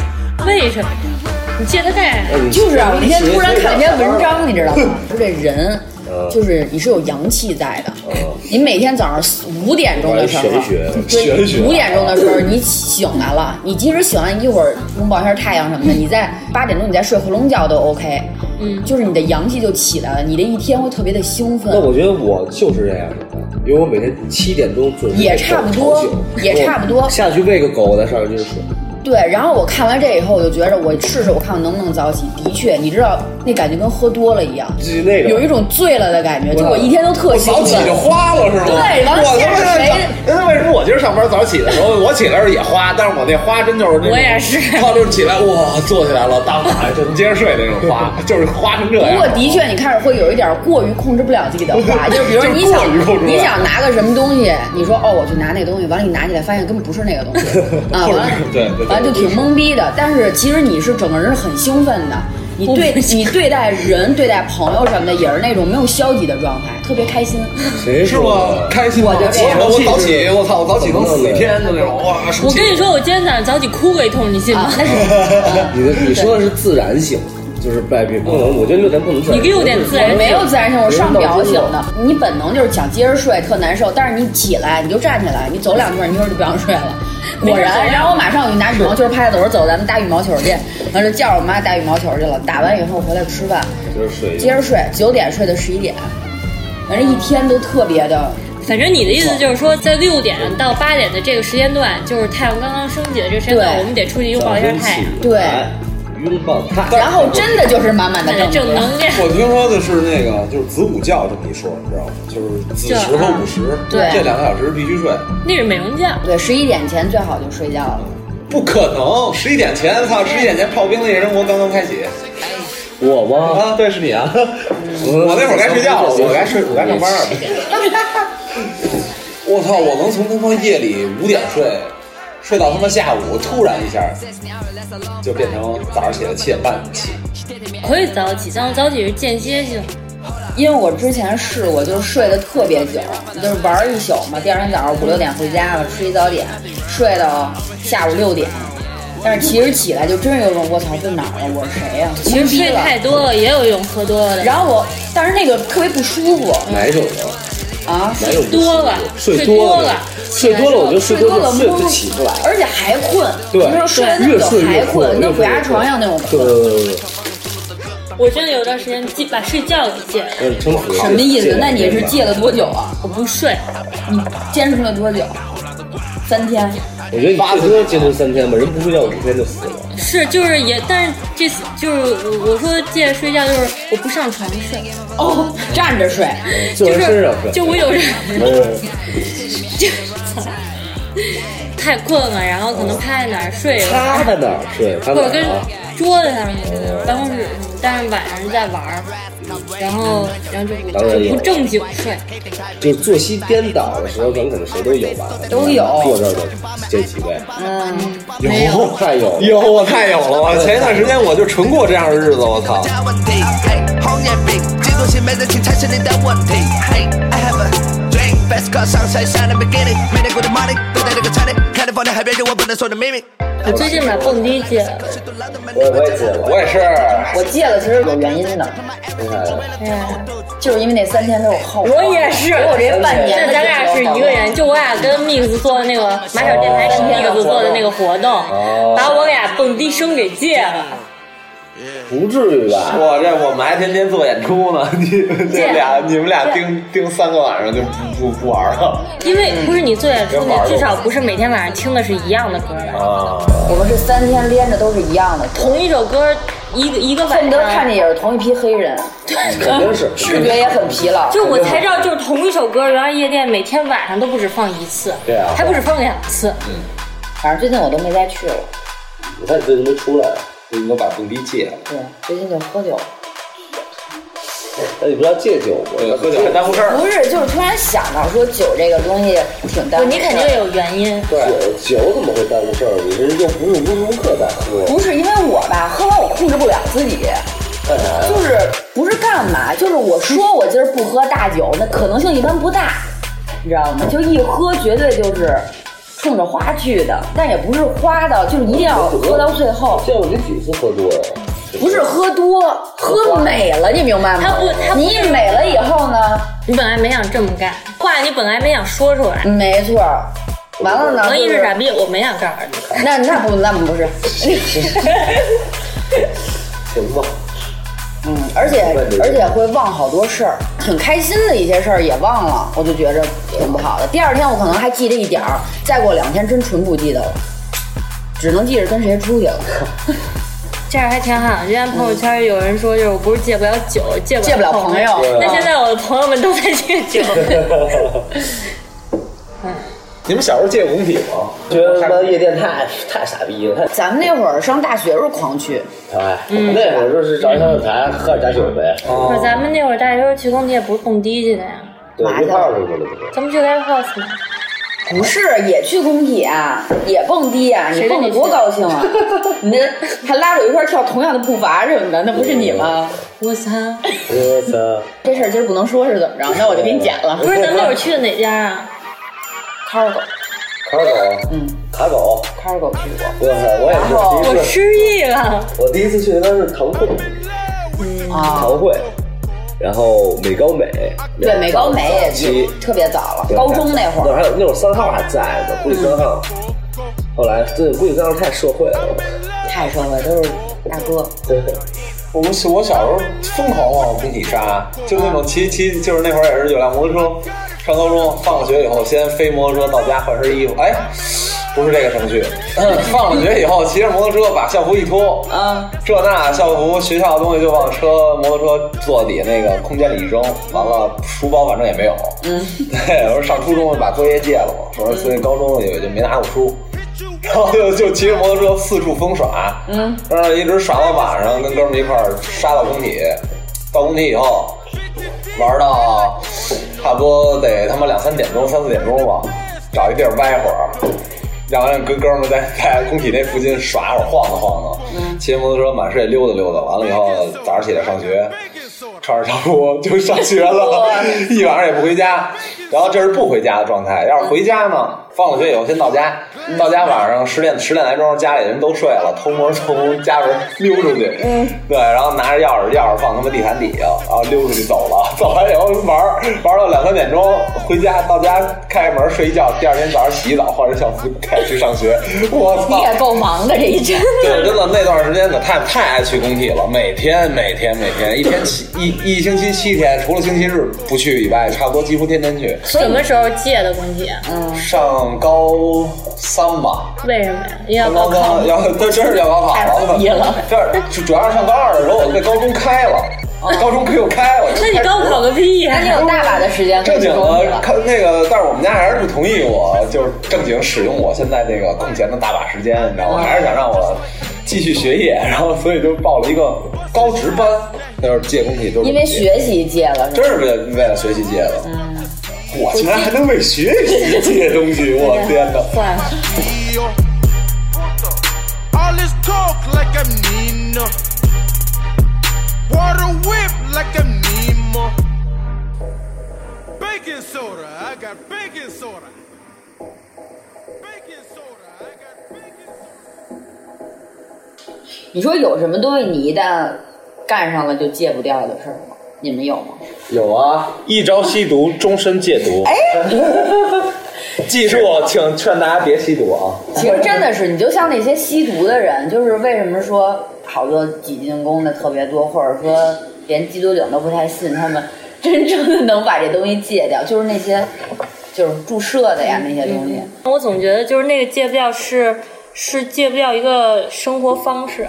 Speaker 3: 为什么呀？你借他干啥呀？
Speaker 2: 就是啊，我那天突然看了一篇文章，你知道 吗？说这人
Speaker 4: 啊嗯
Speaker 2: 就是你是有阳气在的
Speaker 4: 嗯，
Speaker 2: 你每天早上五点钟的时候
Speaker 4: 玩一玄学，
Speaker 5: 玄学
Speaker 2: 对，五点钟的时候你醒来了，你即使醒来一会儿拥抱一下太阳什么的，你在八点钟你再睡回笼觉都 OK，
Speaker 3: 嗯
Speaker 2: 就是你的阳气就起来了，你的一天会特别的兴奋
Speaker 4: 那。我觉得我就是这样的，啊因为我每天七点钟准时
Speaker 2: 也差不多
Speaker 4: 给狗炒酒
Speaker 2: 也差不多
Speaker 4: 我下去喂个狗，我再上来就是睡。
Speaker 2: 对，然后我看完这以后，我就觉着我试试，我看我能不能早起。的确，你知道那感觉跟喝多了一样，
Speaker 4: 就是那个
Speaker 2: 有一种醉了的感觉，就我一天都特兴
Speaker 5: 早起
Speaker 2: 奋。
Speaker 5: 就花了是吗？
Speaker 2: 对然后
Speaker 5: 我他
Speaker 2: 见着
Speaker 5: 妈
Speaker 2: 谁
Speaker 5: 那为什么我今儿上班早起的时候，我起来时候也花，但是我那花真就是那种
Speaker 3: 我也是
Speaker 5: 靠就是起来哇坐起来了，当躺下就能接着睡那种花，就是花成这样。
Speaker 2: 不过的确，你开始会有一点过于控制不了自己的话，就比如说你想
Speaker 5: 就过于控制不了
Speaker 2: 你想拿个什么东西，你说哦，我去拿那个东西，完了你拿起来发现根本不是那个东 西，啊，完
Speaker 5: 或者
Speaker 2: 了
Speaker 5: 对对对
Speaker 2: 完了就挺懵逼的。但是其实你是整个人是很兴奋的，你对你对待人、对待朋友什么的也是那种没有消极的状态，特别开心。
Speaker 4: 谁
Speaker 5: 是吗？开心吗？
Speaker 2: 我就这样
Speaker 5: 我我早起，我操，我早起能死一天的那种，哇！
Speaker 3: 我跟你说，我今天早上早起哭了一通，你信吗
Speaker 2: 啊，？那是
Speaker 4: 你的你说的是自然醒，就是外边不能，我觉得六点不能自然
Speaker 3: 你
Speaker 4: 醒。
Speaker 3: 给我点自然
Speaker 2: 我
Speaker 3: 醒
Speaker 2: 没有自然醒，我上不了醒的。你本能就是想接着睡，特难受。但是你起来，你就站起来，你走两圈，你一会儿就不想睡了。果
Speaker 3: 没事走
Speaker 2: 然，
Speaker 3: 两
Speaker 2: 然后我马上我就拿羽毛球拍子，我说走，咱们打羽毛球去。完了就叫我妈打羽毛球去了。打完以后回来吃饭，
Speaker 4: 就是睡。
Speaker 2: 接着睡，九点睡到十一点，反正一天都特别的。
Speaker 3: 反正你的意思就是说，在六点到八点的这个时间段，就是太阳刚刚升起的这个时间段，
Speaker 2: 对
Speaker 3: 我们得出去拥
Speaker 4: 早
Speaker 3: 抱一下
Speaker 4: 晨
Speaker 3: 太
Speaker 4: 起
Speaker 3: 阳，
Speaker 2: 对
Speaker 4: 来，拥抱它。
Speaker 2: 然后真的就是满满的
Speaker 3: 那
Speaker 2: 正
Speaker 3: 哎正
Speaker 2: 能量。
Speaker 3: 能量。
Speaker 5: 我听说的是那个，就是子午觉这么一说，你知道吗？就是子时和午时，
Speaker 2: 嗯对
Speaker 5: 这两个小时必须睡。
Speaker 3: 那是美容觉，
Speaker 2: 对，十一点前最好就睡觉了。
Speaker 5: 不可能，十一点前，操，十一点前炮兵的夜生活刚刚开启
Speaker 4: 我吗？
Speaker 5: 啊！对，是
Speaker 4: 嗯嗯
Speaker 5: 你啊！我那会儿该睡觉了，我该睡，我该上班了。我操，我能从他妈夜里五点睡，睡到他妈下午，突然一下就变成早上起来七点半起。
Speaker 3: 可以早起，但是早起是间歇性。
Speaker 2: 因为我之前试过，就是睡得特别久，就是玩儿一宿嘛，第二天早上五六点回家了，吃一早点，睡到下午六点。但是其实起来就真是有种我操，这哪儿啊了？我是谁呀、
Speaker 3: 其实睡
Speaker 2: 懵逼了
Speaker 3: 太多了也有一种喝多了的，
Speaker 2: 然后我，但是那个特别不舒服
Speaker 5: 哪一首歌？
Speaker 2: 啊，
Speaker 5: 哪一首歌
Speaker 3: 多了，
Speaker 4: 睡
Speaker 3: 多
Speaker 4: 了
Speaker 3: 了，，
Speaker 4: 睡多了我就睡
Speaker 2: 睡多
Speaker 4: 了
Speaker 2: 了
Speaker 4: 睡
Speaker 2: 懵
Speaker 4: 就起不来了。
Speaker 2: 而且还困。
Speaker 4: 对
Speaker 2: 你说睡得那么
Speaker 4: 越
Speaker 2: 久
Speaker 4: 睡越
Speaker 2: 还
Speaker 4: 困
Speaker 2: 困，
Speaker 4: 越
Speaker 2: 跟
Speaker 4: 睡
Speaker 2: 鬼压
Speaker 4: 越
Speaker 2: 床一样那种
Speaker 4: 对
Speaker 2: 困。
Speaker 4: 对对对
Speaker 3: 我真的有段时间戒把睡觉给戒了，
Speaker 4: 对，真好。
Speaker 5: 啊
Speaker 2: 什么意思？那你是戒了多久啊？
Speaker 3: 我不睡，
Speaker 2: 你坚持了多久？三天。
Speaker 4: 我觉得你最多坚持三天吧，人不睡觉五天就死了。
Speaker 3: 是就是也，但是这次就是我我说戒睡觉就是我不上床睡，
Speaker 2: 哦，站着睡。
Speaker 4: 坐人身上睡，
Speaker 3: 就我有 人
Speaker 4: 嗯，
Speaker 3: 太困了，然后可能趴在哪儿睡一会
Speaker 4: 趴
Speaker 3: 儿，
Speaker 4: 在哪儿睡？趴
Speaker 3: 或
Speaker 4: 哪
Speaker 3: 者
Speaker 4: 儿
Speaker 3: 跟
Speaker 4: 啊？
Speaker 3: 桌子上办公室，但是晚上在玩儿，然后然后就不
Speaker 4: 嗯当然有
Speaker 3: 就不正经睡。
Speaker 4: 就作息颠倒的时候，咱们可能谁都有吧？
Speaker 2: 都有
Speaker 4: 坐这儿的这几 位，
Speaker 2: 嗯，
Speaker 4: 有太有了。
Speaker 5: 有我太有了！我前一段时间我就纯过这样的日子，我操！
Speaker 8: 加问题。嘿，红眼病，这种行为的请才是你的问题。嘿，I have a dream。Best car 上山山的 beginning，美丽国的 money 都在这个餐厅。California 海边有我不能说的秘密。
Speaker 3: 我最近把蹦迪戒了，
Speaker 4: 我我也记得了，
Speaker 5: 我也是，
Speaker 2: 我戒了，其实有原因的，
Speaker 4: 为啥呀？
Speaker 3: 哎呀，
Speaker 2: 就是因为那三天都有后悔。给我这半
Speaker 4: 哎
Speaker 2: 年
Speaker 3: 这
Speaker 2: 的，
Speaker 3: 咱俩是一个。人，就我俩跟 Mix 做的那个马小电台跟 Mix 做的那个活动，
Speaker 4: 哦
Speaker 3: 把我俩蹦迪生给戒了。
Speaker 4: 不至于吧？
Speaker 5: 我这我们还天天做演出呢，你们这俩你们俩盯盯三个晚上就不不不玩了
Speaker 3: 因为不是你做演出，
Speaker 5: 玩儿
Speaker 3: 你至少不是每天晚上听的是一样的歌吧？
Speaker 5: 啊！
Speaker 2: 我们是三天连着都是一样的，
Speaker 3: 同一首歌，一个一个
Speaker 2: 恨
Speaker 3: 晚
Speaker 2: 不得看
Speaker 3: 上，
Speaker 2: 见也是同一批黑人，
Speaker 4: 肯定是。
Speaker 2: 视觉也很疲劳。
Speaker 3: 就我才知道，就是同一首歌，原来夜店每天晚上都不止放一次，
Speaker 4: 对啊
Speaker 3: 还不止放两次。
Speaker 2: 反正最近我都没再去了。
Speaker 4: 你看你最近没出来，
Speaker 5: 你都把蹦迪戒了，
Speaker 2: 对，最近就喝酒。
Speaker 4: 哎那你不要戒酒吗？
Speaker 5: 对，喝酒还耽误事儿。
Speaker 2: 不是，就是突然想到说酒这个东西挺耽误事儿。
Speaker 3: 你肯定有原因，
Speaker 4: 酒酒怎么会耽误事儿？你这又不是无时无刻在喝。
Speaker 2: 不是因为我吧，喝完我控制不了自己，就是不是干嘛，就是我说我今儿不喝大酒，那可能性一般不大，你知道吗？就一喝绝对就是冲着花去的，但也不是花到，就是一定要喝到最后，
Speaker 4: 见过你几次喝多呀？
Speaker 2: 不是喝多，喝美了，你明白吗？
Speaker 3: 他不他不
Speaker 2: 你一美了以后呢，
Speaker 3: 你本来没想这么干，话你本来没想说出来，
Speaker 2: 没错儿，完了呢，
Speaker 3: 能一
Speaker 2: 就是是
Speaker 3: 傻逼，我没想告诉你。
Speaker 2: 那那不那不 是，
Speaker 4: 行吧，
Speaker 2: 嗯，而且而且会忘好多事儿，挺开心的一些事儿也忘了，我就觉着挺不好的。第二天我可能还记得一点儿，再过两天真纯不记得了，只能记着跟谁出去 了，
Speaker 3: 这样还挺好。之前朋友圈有人说，就是我不是戒不了酒，戒
Speaker 2: 戒不了朋友。
Speaker 3: 那
Speaker 4: 啊
Speaker 3: 现在我的朋友们都在戒酒，
Speaker 5: 你们小时候戒红体吗？
Speaker 4: 觉得他妈夜店太太傻逼了，
Speaker 2: 咱们那会儿上大学时候狂去，
Speaker 4: 太哎，那会儿就是找一小酒台喝点假酒呗，
Speaker 3: 可是咱们那会儿大学时候去工地也不是蹦迪去的呀，
Speaker 4: 对，
Speaker 2: 麻
Speaker 4: 一块
Speaker 2: 将
Speaker 4: 儿去了不是？
Speaker 3: 咱们去 live house 吗？
Speaker 2: 不是也去工体啊，也蹦迪啊，你
Speaker 3: 谁跟
Speaker 2: 蹦
Speaker 3: 你
Speaker 2: 得多高兴啊！你这还拉着一块儿跳同样的步伐什么的，那不是你吗？
Speaker 3: 我操！
Speaker 4: 我操！
Speaker 2: 这事儿今儿不能说是怎么着，那我就给你剪了。
Speaker 3: 不是咱们那会儿去的哪家啊？
Speaker 2: cargo
Speaker 4: 卡狗，
Speaker 2: 嗯
Speaker 4: 卡狗，
Speaker 2: cargo 去过。
Speaker 4: 我操！我
Speaker 2: 然后
Speaker 3: 我
Speaker 4: 也是第一次，
Speaker 3: 失忆了，
Speaker 4: 我第一次去应该是堂会，
Speaker 2: 啊，
Speaker 4: 堂会，然后美高美，
Speaker 2: 对，美高美也
Speaker 4: 期
Speaker 2: 就特别早了，高中那会
Speaker 4: 那
Speaker 2: 儿，
Speaker 4: 还有那会儿三号还在呢，估计三号。后来，这估计三号太社会了，
Speaker 2: 太社会都是大哥，
Speaker 4: 对，
Speaker 5: 我们我小时候疯狂啊往工体杀，就那种骑骑，就是那会儿也是有辆摩托车。上高中放了学以后，先飞摩托车到家换身衣服，哎，不是这个程序。放了学以后，骑着摩托车把校服一脱，
Speaker 2: 嗯，
Speaker 5: 这那校服学校的东西就往车摩托车座底下那个空间里一扔，完了书包反正也没有。嗯， 对，我说上初中把作业戒了嘛，我说所以高中也就没拿过书，然后就就骑着摩托车四处疯耍，嗯，然后一直耍到晚上，跟哥们儿一块儿杀到工体，到工体以后。玩到差不多得他妈两三点钟、三四点钟了，找一地儿歪会儿，然后跟哥们儿在在工体那附近耍会儿、晃荡晃荡，骑着摩托车满世界溜达溜达，完了以后早上起来上学。穿着校服就上学 了，一晚上也不回家。然后这是不回家的状态，要是回家呢，放了学以后先到家，到家晚上十点十点来钟，家里人都睡了，偷摸从家门溜出去，
Speaker 2: 嗯
Speaker 5: 对，然后拿着钥匙，钥匙放他妈地毯底下，然后溜出去走了，走完以后玩儿玩到两三点钟，回家到家开门睡一觉，第二天早上洗澡换身校服开始去上学，我操！
Speaker 2: 你也够忙的这一阵。
Speaker 5: 对，真的那段时间可太太爱去工体了，每天每天每天，一天七一一星期七天，除了星期日不去以外，差不多几乎天天去。
Speaker 3: 什么时候借的啊工体？
Speaker 5: 上高三吧，
Speaker 3: 为什么呀？因为要
Speaker 5: 上
Speaker 3: 高
Speaker 5: 高
Speaker 3: 考
Speaker 5: 三，要他真是要高考
Speaker 2: 太文艺了
Speaker 5: 了。 这儿主主要是上高二的时候，我被高中开 了，高中给我开 了。
Speaker 3: 那你高考个屁呀
Speaker 2: 那！你有大把的时间可以
Speaker 5: 正
Speaker 2: 去
Speaker 5: 经
Speaker 2: 工作
Speaker 5: 的，看那个，但是我们家还是不同意我，就是正经使用我现在这个空闲的大把时间，你知道吗？还是想让我继续学业，然后所以就报了一个高职班，那就是借工体，就是
Speaker 2: 因为学习戒了，是
Speaker 5: 真
Speaker 2: 吧？
Speaker 5: 是为了为了学习借的。我竟然还能为学习借东西，我天哪！
Speaker 3: 坏了，
Speaker 9: deal. All this talk like I'm Nina. Water whip like I'm Nemo. Baking soda, I got baking soda. Baking soda, I got baking soda.
Speaker 2: 你说有什么东西你一旦干上了就戒不掉的事儿吗？你们有吗？
Speaker 5: 有啊，
Speaker 7: 一朝吸毒，终身戒毒。
Speaker 5: 哎 记住，请劝大家别吸毒啊！
Speaker 2: 其实真的是，你就像那些吸毒的人，就是为什么说好多挤进宫的特别多，或者说连缉毒警都不太信他们，真正的能把这东西戒掉，就是那些就是注射的呀那些东西。
Speaker 3: 我总觉得就是那个戒不掉是是戒不掉一个生活方式，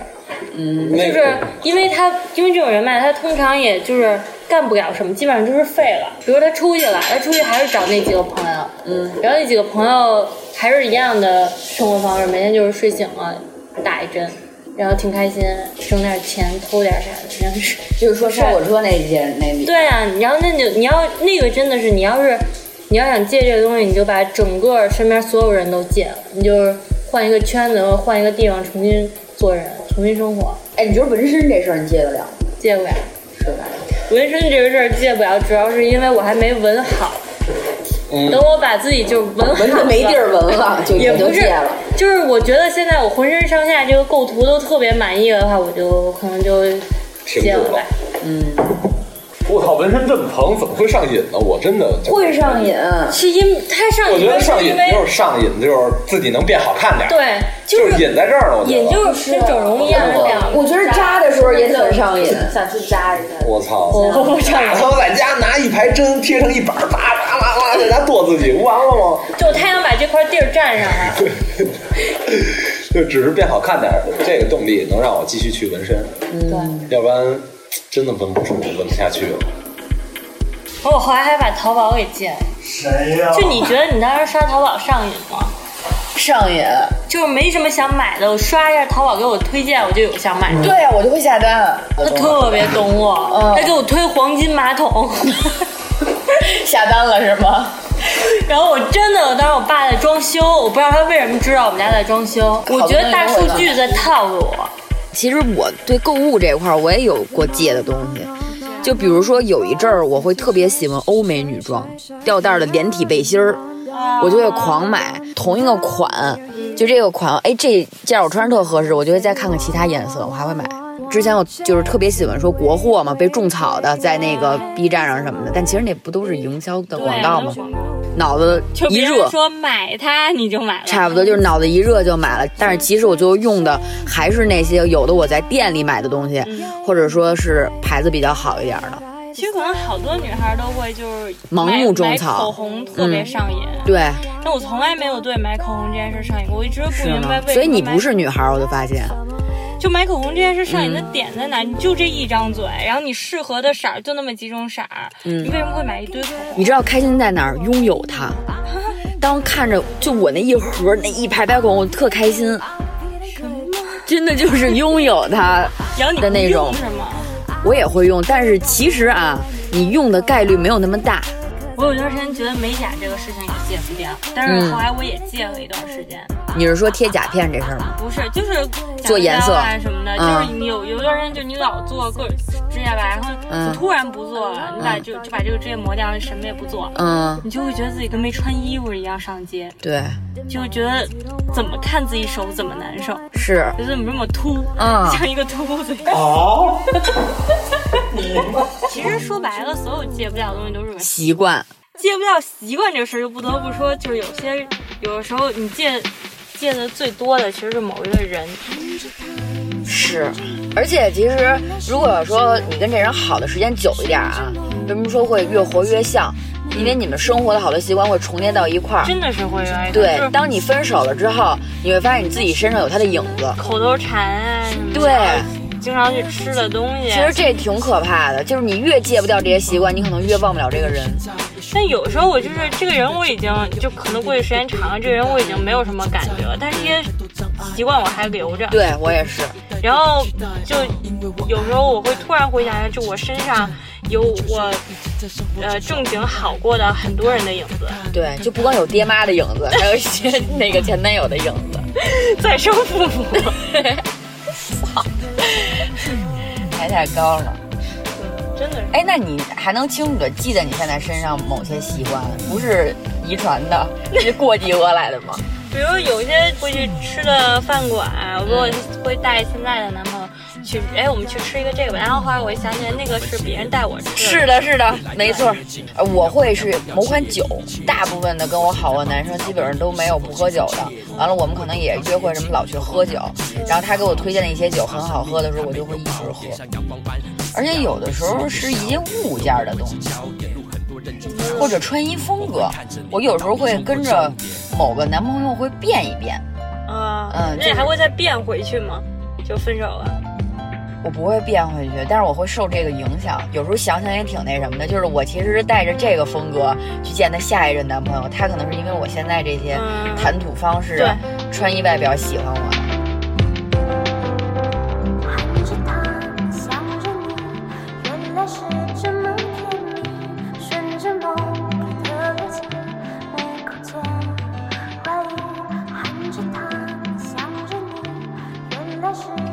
Speaker 5: 那
Speaker 3: 就是因为他，因为这种人嘛，他通常也就是干不了什么，基本上就是废了。比如他出去了，他出去还是找那几个朋友，嗯，然后那几个朋友还是一样的生活方式，每天就是睡醒了打一针，然后挺开心，挣点钱，偷点啥的，真是。
Speaker 2: 就是说烧火车那些那里，
Speaker 3: 对啊，然后那你就你要那个真的是，你要是你要想戒这个东西，你就把整个身边所有人都戒了，你就是换一个圈子，换一个地方，重新做人，重新生活，
Speaker 2: 哎，你觉得纹身这事儿你戒得了 吗？
Speaker 3: 戒不了。
Speaker 2: 是吧？
Speaker 3: 纹身这个事儿戒不了，主要是因为我还没纹好。等我把自己就纹好
Speaker 2: 纹
Speaker 3: 了，
Speaker 2: 嗯的没地儿纹 了，就
Speaker 3: 也
Speaker 2: 也就
Speaker 3: 不是
Speaker 2: 戒了。，
Speaker 3: 就是我觉得现在我浑身上下这个构图都特别满意的话，我就可能就戒了吧。
Speaker 7: 我靠，纹身这么疼，怎么会上瘾呢？我真的，
Speaker 2: 会上瘾，
Speaker 3: 是因它上
Speaker 5: 我
Speaker 3: 瘾
Speaker 5: 觉得上
Speaker 3: 是
Speaker 5: 瘾
Speaker 3: 因为
Speaker 5: 就是上瘾，就是自己能变好看点儿。
Speaker 3: 对，
Speaker 5: 就是是瘾在这儿了。我觉得
Speaker 3: 瘾就是跟整容一样的两
Speaker 2: 我觉
Speaker 10: 啊
Speaker 2: 得扎的时候也挺上瘾。
Speaker 10: 想去扎一下。
Speaker 5: 我操！
Speaker 3: 我不上瘾
Speaker 5: 大头在家拿一排针贴上一板儿，叭叭叭叭在家剁自己，不完了 吗？
Speaker 3: 就他想把这块地儿占上了。
Speaker 5: 就只是变好看点儿，这个动力能让我继续去纹身。嗯，要不然真的纹不出，纹不下去了。
Speaker 3: 然 后我后来还把淘宝给戒了。
Speaker 6: 谁呀、
Speaker 3: 就你觉得你当时刷淘宝上瘾吗？
Speaker 10: 上瘾，
Speaker 3: 就是没什么想买的，我刷一下淘宝给我推荐，我就有想买的。
Speaker 10: 对呀、我就会下单，
Speaker 3: 他特别懂我，他给我推黄金马桶，
Speaker 10: 下单了是吗？
Speaker 3: 然后我真的，当时我爸在装修，我不知道他为什么知道我们家在装修，我觉得大数据在套路我。
Speaker 10: 其实我对购物这块儿我也有过戒的东西，就比如说有一阵儿我会特别喜欢欧美女装，吊带儿的连体背心儿，我就会狂买同一个款，就这个款，哎，这件儿我穿着特合适，我就会再看看其他颜色，我还会买。之前我就是特别喜欢说国货嘛，被种草的，在那个 B 站上什么的，但其实那不都是营销的广告吗？脑子
Speaker 3: 就
Speaker 10: 一
Speaker 3: 别
Speaker 10: 热
Speaker 3: 人，说买它你就买了，
Speaker 10: 差不多就是脑子一热就买了，但是其实我最后用的还是那些有的我在店里买的东西，或者说是牌子比较好一点的。
Speaker 3: 其实可能好多女孩都会就是
Speaker 10: 盲
Speaker 3: 买
Speaker 10: 目种
Speaker 3: 买
Speaker 10: 草嗯
Speaker 3: 口红特别上瘾。
Speaker 10: 对，
Speaker 3: 但我从来没有对买口红这件事上瘾过，我一直不明白为什么买。
Speaker 10: 啊所以你不是嗯女孩儿，我就发现
Speaker 3: 就买口红这件事上瘾的点在哪？你就这一张嘴，然后你适合的色儿就那么几种色儿，
Speaker 10: 嗯
Speaker 3: 你为什么会买一堆口红？
Speaker 10: 你知道开心在哪儿，拥有 它。当看着就我那一盒那一排排口红，我特开心。真的就是拥有它
Speaker 3: 然后你
Speaker 10: 的那种
Speaker 3: 不用，是吗？
Speaker 10: 我也会用，但是其实啊，
Speaker 2: 你用的概率没有那么大。
Speaker 3: 我有段时间觉得美甲这个事情也戒不掉，但
Speaker 10: 嗯
Speaker 3: 是后来我也戒了一段时间。
Speaker 2: 你是说贴甲片这事儿吗？
Speaker 3: 不是，就是
Speaker 2: 做颜色
Speaker 3: 假指甲啊什么的，
Speaker 2: 嗯
Speaker 3: 就是你有有段时间，就是你老做各种指甲吧，然后
Speaker 2: 嗯
Speaker 3: 你突然不做了，你把就就把这个指甲磨掉了，什么也不做，
Speaker 2: 嗯，
Speaker 3: 你就会觉得自己跟没穿衣服一样上街，
Speaker 2: 对，
Speaker 3: 就会觉得怎么看自己手怎么难受，
Speaker 2: 是
Speaker 3: 就怎么这么秃，
Speaker 2: 嗯
Speaker 3: 像一个秃子一样。 其实说白了，所有戒不掉的东西都是个
Speaker 2: 习惯。
Speaker 3: 戒不掉习惯这个事儿，就不得不说，就是有些有的时候你戒戒的最多的，其实是某一个人。
Speaker 2: 是，而且其实如果说你跟这人好的时间久一点啊，为什么说会越活越像？因为你们生活的好多习惯会重叠到一块儿。
Speaker 3: 真的是会有爱的
Speaker 2: 对
Speaker 3: 就是，
Speaker 2: 当你分手了之后，你会发现你自己身上有他的影子。
Speaker 3: 口头禅啊，什么的
Speaker 2: 对，
Speaker 3: 经常去吃的东西。
Speaker 2: 其实，这挺可怕的，就是你越戒不掉这些习惯，你可能越忘不了这个人。
Speaker 3: 但有时候我就是这个人，我已经就可能过去时间长了，这个人我已经没有什么感觉了，但是这些习惯我还留着。
Speaker 2: 对我也是，
Speaker 3: 然后就有时候我会突然回想起，就我身上有我呃正经好过的很多人的影子，
Speaker 2: 对，就不光有爹妈的影子，还有一些 那个前男友的影子。
Speaker 3: 再生父母。
Speaker 2: 还太高了。
Speaker 3: 嗯真的是
Speaker 2: 哎，那你还能清楚的记得你现在身上某些习惯，不是遗传的，是过继而来的吗？
Speaker 3: 比如有一些会去吃的饭馆，我跟我会带现在的男朋友去，哎，我们去吃一个这个吧。然后后来我一想起来，那个是别人带我
Speaker 2: 是
Speaker 3: 吃的。
Speaker 2: 的，是的，没错。呃我会是某款酒，大部分的跟我好的男生基本上都没有不喝酒的。完了，我们可能也约会什么老去喝酒，然后他给我推荐的一些酒很好喝的时候，我就会一直喝。而且有的时候是一些物件儿的东西，或者穿衣风格，我有时候会跟着某个男朋友会变一变。
Speaker 3: 啊，
Speaker 2: 嗯
Speaker 3: 那
Speaker 2: 就
Speaker 3: 你
Speaker 2: 是
Speaker 3: 还会再变回去吗？就分手了。
Speaker 2: 我不会变回去，但是我会受这个影响。有时候想想也挺那什么的，就是我其实是带着这个风格去见她下一任男朋友，他可能是因为我现在这些
Speaker 3: 嗯
Speaker 2: 谈吐方式、啊、穿衣外表喜欢我。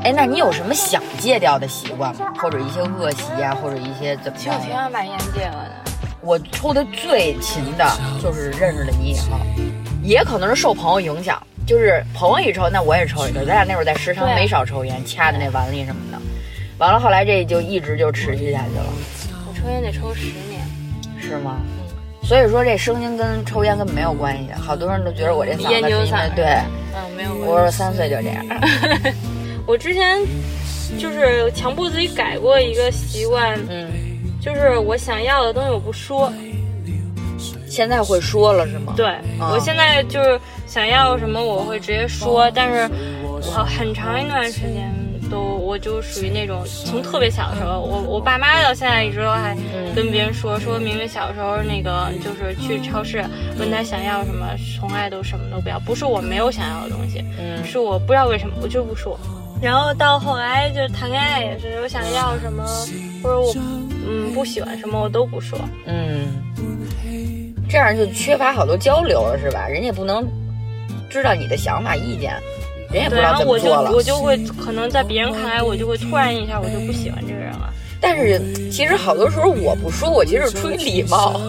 Speaker 2: 哎，那你有什么想戒掉的习惯
Speaker 3: 嗯
Speaker 2: 吗？或者一些恶习啊，或者一些怎么样的？
Speaker 3: 常把烟戒了的。
Speaker 2: 我抽的最勤的就是认识了你以后，也可能是受朋友影响，就是朋友一抽，那我也抽一根。咱俩那会儿在食堂
Speaker 3: 对啊
Speaker 2: 没少抽烟，掐的那碗里什么的。完了，后来这就一直就持续下去了。
Speaker 3: 我抽烟得抽十年。
Speaker 2: 是吗？所以说这声音跟抽烟根本没有关系，好多人都觉得我这嗓子是
Speaker 3: 烟
Speaker 2: 因
Speaker 3: 酒嗓
Speaker 2: 为对，
Speaker 3: 嗯，没有关系。
Speaker 2: 我是三岁就这样。
Speaker 3: 我之前就是强迫自己改过一个习惯，
Speaker 2: 嗯，
Speaker 3: 就是我想要的东西我不说。
Speaker 2: 现在会说了是吗？
Speaker 3: 对、
Speaker 2: 啊
Speaker 3: 我现在就是想要什么我会直接说，但是我很长一段时间都我就属于那种从特别小的时候，我我爸妈到现在一直都还跟别人说，说明明小时候那个就是去超市问他想要什么，从来都什么都不要，不是我没有想要的东西，
Speaker 2: 嗯
Speaker 3: 是我不知道为什么我就不说。然后到后来就是谈恋爱也是，我想要什么或者我嗯不喜欢什么我都不说，
Speaker 2: 嗯，这样就缺乏好多交流了是吧？人家也不能知道你的想法意见，人也不
Speaker 3: 对，
Speaker 2: 知
Speaker 3: 然
Speaker 2: 道
Speaker 3: 后
Speaker 2: 怎
Speaker 3: 我
Speaker 2: 么
Speaker 3: 就
Speaker 2: 做了
Speaker 3: 我。就会可能在别人看来，我就会突然一下我就不喜欢这个人了。
Speaker 2: 但是其实好多时候我不说，我其实是出于礼貌，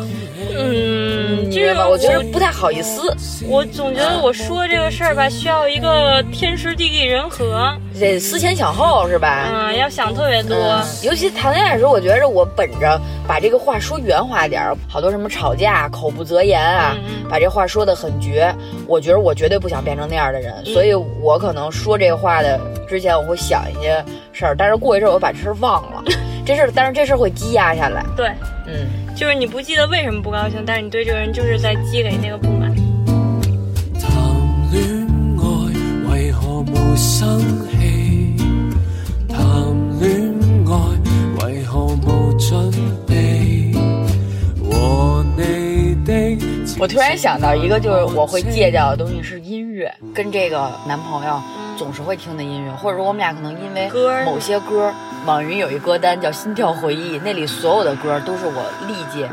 Speaker 3: 嗯，
Speaker 2: 你
Speaker 3: 就
Speaker 2: 知
Speaker 3: 是
Speaker 2: 道吧？我觉得不太好意思，
Speaker 3: 我总觉得我说这个事儿吧，需要一个天时地利人和，
Speaker 2: 得思前想后是吧？
Speaker 3: 嗯，要想特别多。
Speaker 2: 尤其谈恋爱的时候，我觉着我本着把这个话说圆滑点儿，好多什么吵架、口不择言啊，
Speaker 3: 嗯嗯
Speaker 2: 把这话说的很绝。我觉得我绝对不想变成那样的人，
Speaker 3: 嗯
Speaker 2: 所以我可能说这话的之前，我会想一些事儿，但是过一阵儿我把这事儿忘 了。这事儿，但是这事儿会积压下来。
Speaker 3: 对，
Speaker 2: 嗯，
Speaker 3: 就是你不记得为什么不高兴，但是你对这个人就是在积累那个不满。
Speaker 6: 谈恋爱为何没生气？谈恋爱为何无准备？和你的自
Speaker 2: 我突然想到一个，就是我会戒掉的东西是音乐，跟这个男朋友总是会听的音乐，或者说我们俩可能因为
Speaker 3: 嗯歌儿
Speaker 2: 某些歌儿网云有一歌单叫《心跳回忆》，那里所有的歌都是我历届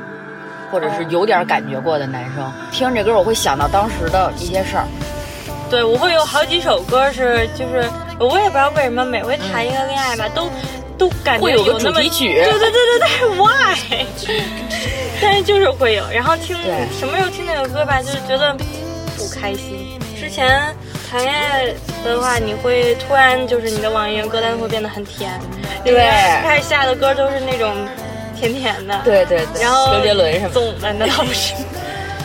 Speaker 2: 或者
Speaker 3: 哦
Speaker 2: 是有点感觉过的男生，听这歌我会想到当时的一些事儿。
Speaker 3: 对，我会有好几首歌是，就是我也不知道为什么每回谈一个恋爱吧，都都感觉
Speaker 2: 会有个
Speaker 3: 那么
Speaker 2: 主题曲
Speaker 3: 对对对对对，why？但是就是会有，然后听
Speaker 2: 对
Speaker 3: 什么时候听那个歌吧，就是觉得不开心。之前谈恋爱的话，你会突然就是你的网易云歌单会变得很甜，
Speaker 2: 对
Speaker 3: 里面开始下的歌都是那种甜甜的，
Speaker 2: 对对对，
Speaker 3: 然后
Speaker 2: 周杰伦什么的
Speaker 3: 总的那倒 不是，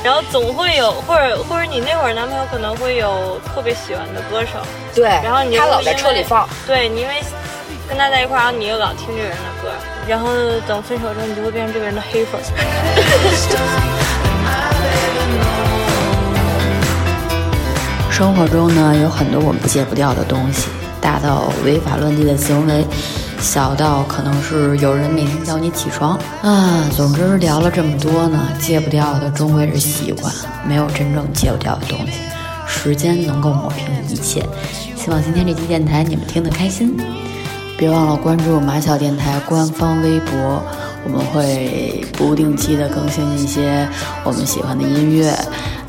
Speaker 3: 然后总会有，或者或者你那会儿男朋友可能会有特别喜欢的歌手，
Speaker 2: 对，
Speaker 3: 然后你就
Speaker 2: 他老
Speaker 3: 因
Speaker 2: 在车里
Speaker 3: 为
Speaker 2: 放，
Speaker 3: 对你因为跟他在一块儿，然后你又老听这个人的歌，然后等分手之后你就会变成这个人的黑粉儿。
Speaker 11: 生活中呢，有很多我们戒不掉的东西，大到违法乱纪的行为，小到可能是有人每天叫你起床啊。总之聊了这么多呢，戒不掉的终归是习惯，没有真正戒不掉的东西。时间能够抹平一切。希望今天这期电台你们听得开心，别忘了关注马小电台官方微博。我们会不定期的更新一些我们喜欢的音乐，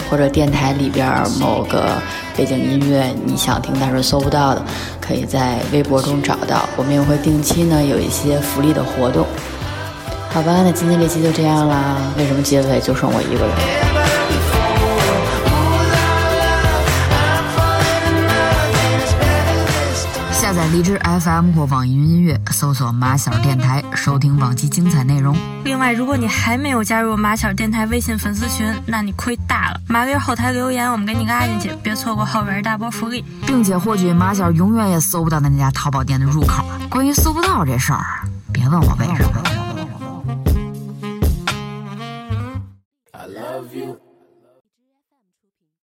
Speaker 11: 或者电台里边儿某个背景音乐你想听但是搜不到的，可以在微博中找到。我们也会定期呢有一些福利的活动。好吧，那今天这期就这样啦。为什么结尾就剩我一个人？
Speaker 2: 下载荔枝 FM 或网易云音乐，搜索马小电台，收听往期精彩内容。
Speaker 3: 另外，如果你还没有加入马小电台微信粉丝群，那你亏大了。麻溜后台留言，我们给你拉进去，别错过后边一大波福利。
Speaker 2: 并且获取马小永远也搜不到的那家淘宝店的入口。关于搜不到这事儿，别问我为什么。
Speaker 6: I love you